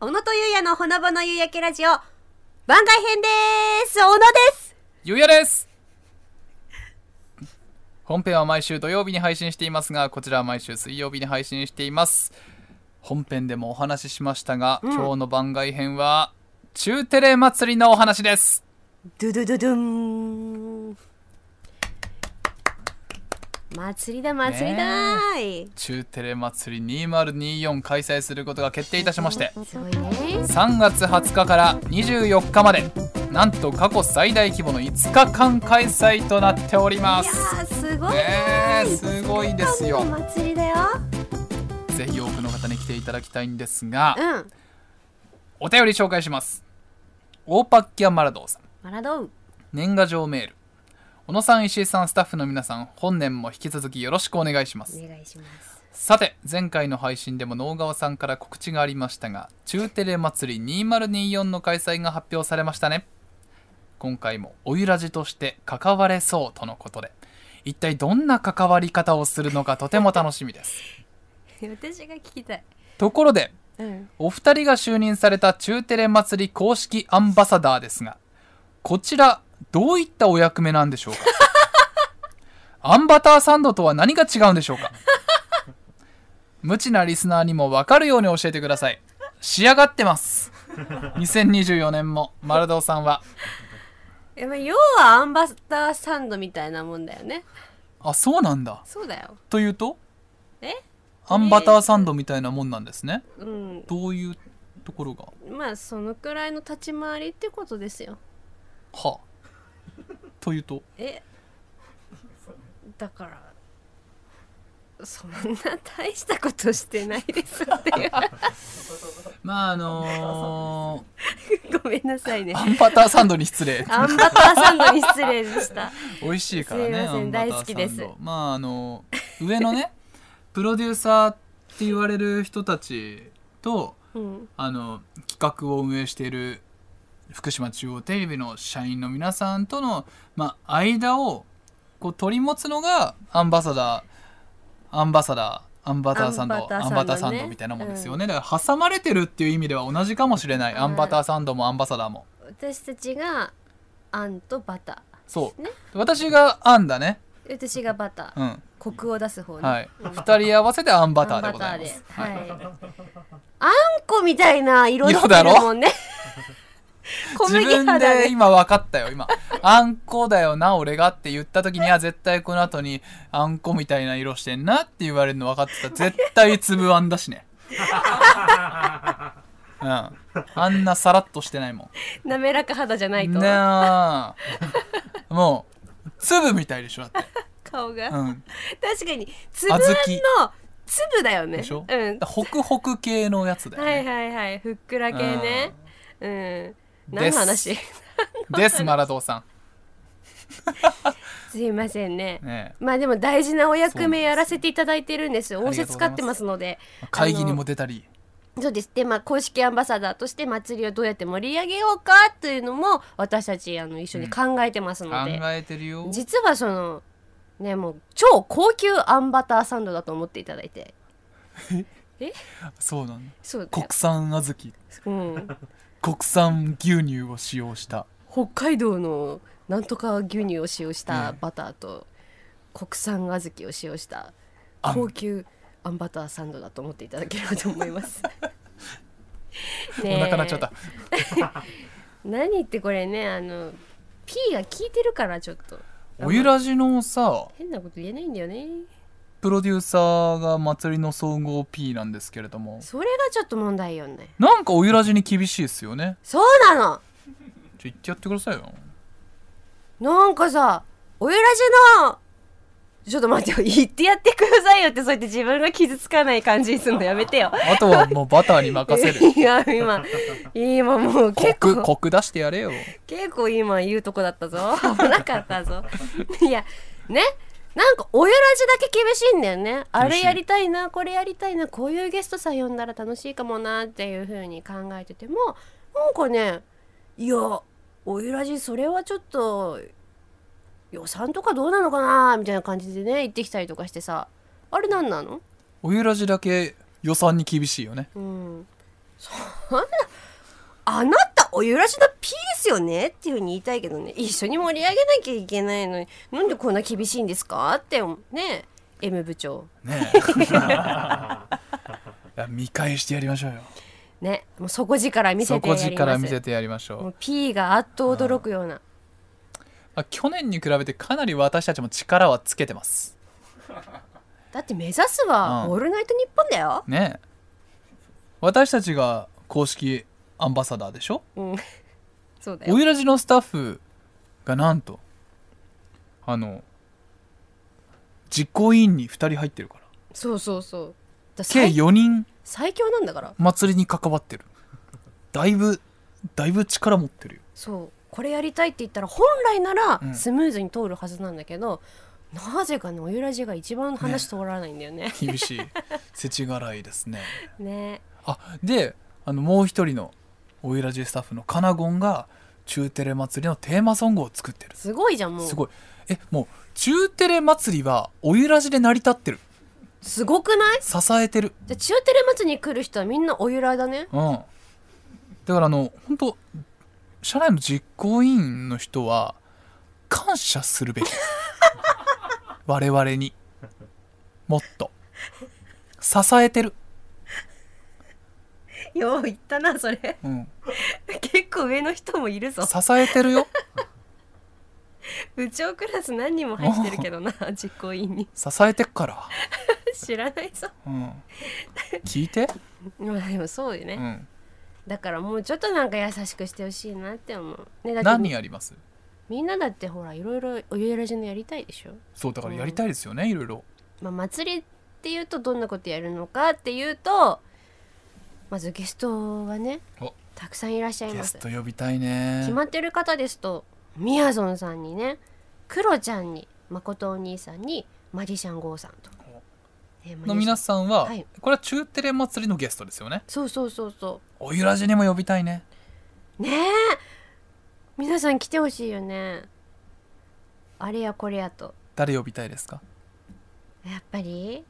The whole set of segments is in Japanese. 小野とゆうやのほのぼの夕焼けラジオ番外編です小野ですゆうやです本編は毎週土曜日に配信していますがこちらは毎週水曜日に配信しています本編でもお話ししましたが、うん今日の番外編は中テレ祭りのお話ですドゥドゥドゥドゥン祭りだ祭りだーい、中テレ祭り2024開催することが決定いたしましてすごいね3月20日から24日までなんと過去最大規模の5日間開催となっておりいやますーすごいねねえーすごいですよお祭りだよぜひ多くの方に来ていただきたいんですが、うんお便り紹介しますオーパッキャマラドーさんマラドーン年賀状メール小野さん石井さんスタッフの皆さん本年も引き続きよろしくお願いしますお願いしますさて前回の配信でも能川さんから告知がありましたが中テレ祭り2024の開催が発表されましたね今回もおゆらじとして関われそうとのことで一体どんな関わり方をするのかとても楽しみです 私が聞きたいところでうんお二人が就任された中テレ祭り公式アンバサダーですがこちらどういったお役目なんでしょうか アンバターサンドとは何が違うんでしょうか無知なリスナーにも分かるように教えてください仕上がってます2024年も丸堂さんはえまあ要はアンバサダーサンドみたいなもんだよねあそうなんだそうだよというとえアンバターサンドみたいなもんなんですねうんどういうところがまあそのくらいの立ち回りってことですよはというとえだからそんな大したことしてないですっていうまああのー、 ごめんなさいねアンバターサンドに 失礼アンバターサンドに失礼でした美味しいからねすいませんアンバターサンド大好きですまああの上の ねプロデューサーって言われる人たちとうんあの企画を運営している福島中央テレビの社員の皆さんとの、まあ、間をこう取り持つのがアンバサダーアンバサダーアンバターサンドアンバターサンドねアンバターサンドみたいなもんですよね、だから挟まれてるっていう意味では同じかもしれない、はいアンバターサンドもアンバサダーも私たちがあんとバタそう、ね私があんだねー私がバターうんコクを出す方ね、はい、二人合わせてあんバターでござあんいます。バターではいあんこみたいな色して色だるろもんね小自麦分肌でで今分かったよ今 あんこだよな俺がって言った時には絶対この後にあんこみたいな色してんなって言われるの分かってた絶対粒あんだし ねうんあんなさらっとしてないも滑らか肌じゃないんとなあ もう粒みたいでしょだって顔が、うん確かに粒あんの粒だよねでしょ、うんだからホクホク系のやつだよね、はいはいはいふっくら系ねうんで何すの話 ですマラドーさすいませんねん、ねまあでも大事なお役目やらせていただいてるんですよそうな応んです接使ってますのでえ会議にも出たりそうですでまあ公式アンバサダーとして祭りをどうやって盛り上げようかというのも私たちあの一緒に考えてます考ので、えてるよ実はそのねもう超高級アンバターサンドだと思っていただいてそうなのそうだ国よ、産小豆うん、国産牛乳を使用した北海道のなんとか牛乳を使用したバターと国産小豆を使用したあん高級あんバターサンドだと思っていただければと思います。 おねえ腹なっちゃった何ってこれねあの P が効いてるからちょっとおゆらじのさ変なこと言えないんだよねプロデューサーが祭りの総合 P なんですけれどもそれがちょっと問題よねなんかおゆらじに厳しいですよねそうなのちょ言ってやってくださいよなんかさおゆらじのちょっと待ってよ言ってやってくださいよってそうやって自分が傷つかない感じにするのやめてよあとはもうバターに任せるいや今今もう コ結ク構コク出してやれよ結構今言うとこだったぞ 危なかったぞいやねなんかおやらじだけ厳しいんだよねあれやりたいなこれやりたいなこういうゲストさん呼んだら楽しいかもなっていう風に考えててもなんかねいやおゆらじそれはちょっと予算とかどうなのかなみたいな感じでね行ってきたりとかしてさあれなんなのおゆらじだけ予算に厳しいよねうんあなたおゆらしの P ですよねっていうふうに言いたいけどね一緒に盛り上げなきゃいけないのになんでこんな厳しいんですかってね M 部長 ねえいや見返してやりましょうよねもう底力見せて底やります力見せてやりましょうもう P があっと驚くようなまあ去年に比べてかなり私たちも力はつけてますだって目指すは「うんオールナイトニッポン」だよ、ねえ私たちが公式アンバサダーでしょうん、そうだよおいらじのスタッフがなんとあの実行委員に2人入ってるからそうそうそうだ計最4人最強なんだから祭りに関わってるだいぶだいぶ力持ってるよそうこれやりたいって言ったら本来ならうんスムーズに通るはずなんだけど、なぜかねおゆらじが一番話通らないんだよね厳しい世知辛いですねねあであのもう一人のおいらじスタッフのカナゴンが中テレ祭りのテーマソングを作ってるすごいじゃんもうすごいえもう中テレ祭りはおゆらじで成り立ってるすごくない支えてるじゃあ中テレ祭りに来る人はみんなおゆらだねうんだからあの本当社内の実行委員の人は感謝するべき 我々にもっと支えてる、よう言ったなそ れうん、結構上の人もいるぞ支えてるよ部長クラス何人も入ってるけ どな実行委員に支えてっから、知らないぞ うん、聞いて、まあでもそうようね、ん、だからもうちょっとなんか優しくしてほしいなって思うねだって何やりますみんなだってほらいろいろおゆらじのやりたいでしょそうだからやりたいですよねいろいろまあ、祭りっていうとどんなことやるのかっていうとまずゲストはねおたくさんいらっしゃいゲまスすト呼びたいね決まってる方ですとみやぞんさんにねクロちゃんにまことお兄さんにマジシャン GO さんと、ねマジシャのン皆さんは、はいこれは中テレ祭りのゲストですよねそうそうそうそおゆらじにも呼びたいねうねえ皆さん来てほしいよねあれやこれやと誰呼びたいですかやっぱり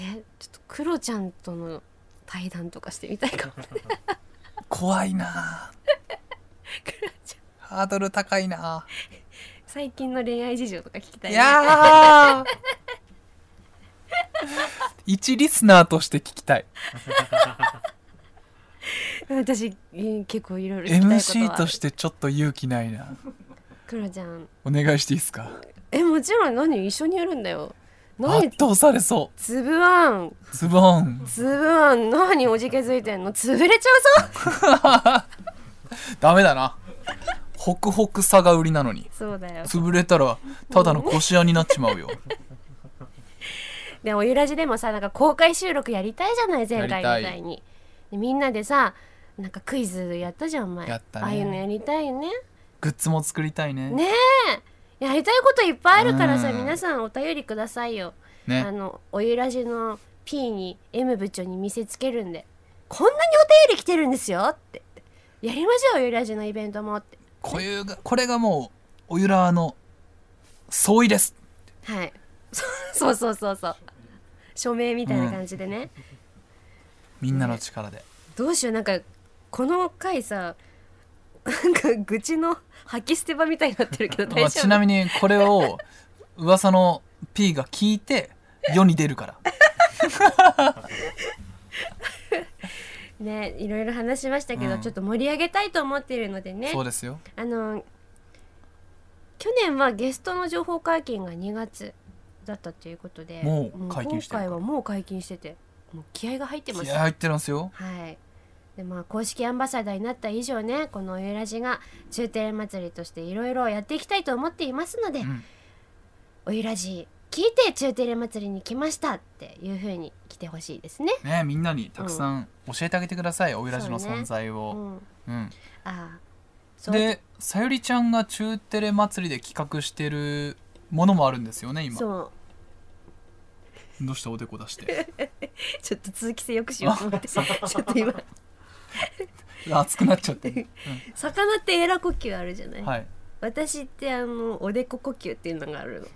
えちょっとクロちゃんとの対談とかしてみたいかも 怖いなあハードル高いな最近の恋愛事情とか聞きたあいいねやあ一リスナーとして聞きたい私えー結構いろいろ聞きたいことは MC としてちょっと勇気ないなクロちゃんお願いしていいですかえもちろん何一緒にやるんだよ何圧倒されそつぶあんうズボンつぶあん何おじけづいてんの潰れちゃうぞダメだなホクホクさが売りなのにそうだよ潰れたらただのこしあんになっちまうよでおゆらじでもさなんか公開収録やりたいじゃない前回みたやいにでみんなでさなんかクイズやったじゃんお前やったねああいうのやりたいよねグッズも作りたいねねえやりたいこといっぱいあるからさうん皆さんお便りくださいよあねのおゆらじの P に M 部長に見せつけるんでこんなにお便り来てるんですよってやりましょうおゆらじのイベントもってこういうがこれがもうおゆらの総意ですはい そそうそうそうそう署名みたいな感じでね、みんなの力でどうしようなんかこの回さなんか愚痴の吐き捨て場みたいになってるけど大まあ、丈夫ちなみにこれを噂の P が聞いて世に出るからねいろいろ話しましたけど、うんちょっと盛り上げたいと思ってるので ねそうですよあの去年はゲストの情報解禁が2月だったということでもう解禁してる今回はもう解禁しててもう気合が入ってま気す合入ってるんですよはいでまあ公式アンバサダーになった以上ねこのおゆらじが中天祭りとしていろいろやっていきたいと思っていますので、うんおゆらじ聞いて中天祭りに来ましたっていう風に来てほしいですね、ねみんなにたくさん教えてあげてください、おゆらじの存在うを、ん、うんああそうでさゆりちゃんが中テレ祭りで企画してるものもあるんですよね今そうどうしておでこ出して ちょっと通気性よくしようと思って ちょっと今熱くなっちゃってる、魚ってエラ呼吸あるじゃない、うんはい私ってあのおでこ呼吸っていうのがあるの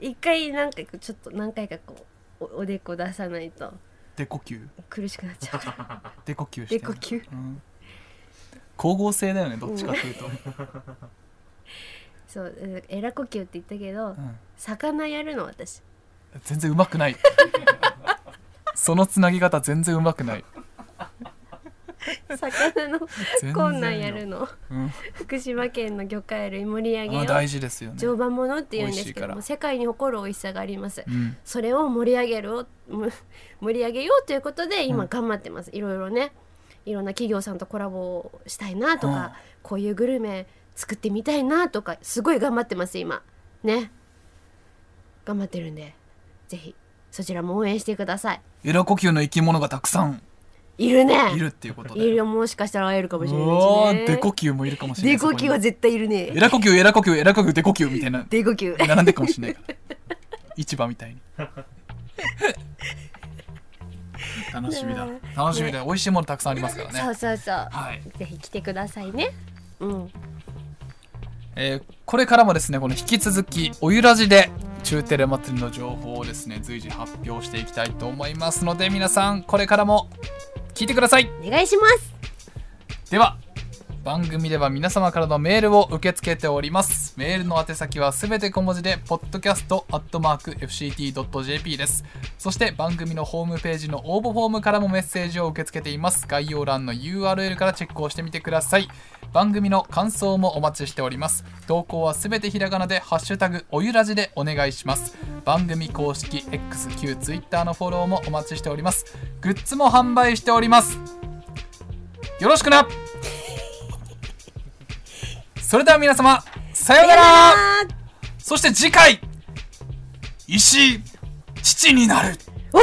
一回なんかちょっと何回かこうおおでこ出さないとで呼吸苦しくなっちゃうからで呼吸してで呼吸うん、光合成だよねどっちかというと、そううんえら呼吸って言ったけど、うん魚やるの 私全然うまくないそのつなぎ方全然うまくない魚の全然こんなんやるのうん、福島県の魚介類盛り上げあを大事ですよね、常磐ものって言うんです美味しいけどからも世界に誇る美味しさがあります、うん、それを盛り上げるをむ 盛り上げようということでう今ん頑張ってます、いろいろねいろんな企業さんとコラボしたいなとはあかこういうグルメ作ってみたいなとかすごい頑張ってます今ね頑張ってるんでぜひそちらも応援してくださいエラ呼吸の生き物がたくさんいるねいるっていうことでいるよもしかしたら会えるかもしれうわないしーねデ呼吸もいるかもしれないデコキはそこ絶対いるにねエラ呼吸エラ呼吸エラ呼吸デ呼吸みたいなデコキュ並んでるかもしれないから市場みたいに楽しみだね楽しみだ、美味しいものたくさんありますからねそうそうそうはい、ぜひ来てくださいねうんえーこれからもですねこの引き続きおゆらじで中テレ祭りの情報をですね随時発表していきたいと思いますので皆さんこれからも聞いてくださいお願いしますでは番組では皆様からのメールを受け付けておりますメールの宛先はすべて小文字で podcast.fct.jp ですそして番組のホームページの応募フォームからもメッセージを受け付けています概要欄の URL からチェックをしてみてください番組の感想もお待ちしております投稿はすべてひらがなで「ハッシュタグおゆらじ」でお願いします番組公式 XQTwitter のフォローもお待ちしておりますグッズも販売しておりますよろしくな それでは皆様さようならそして次回石井父になるおー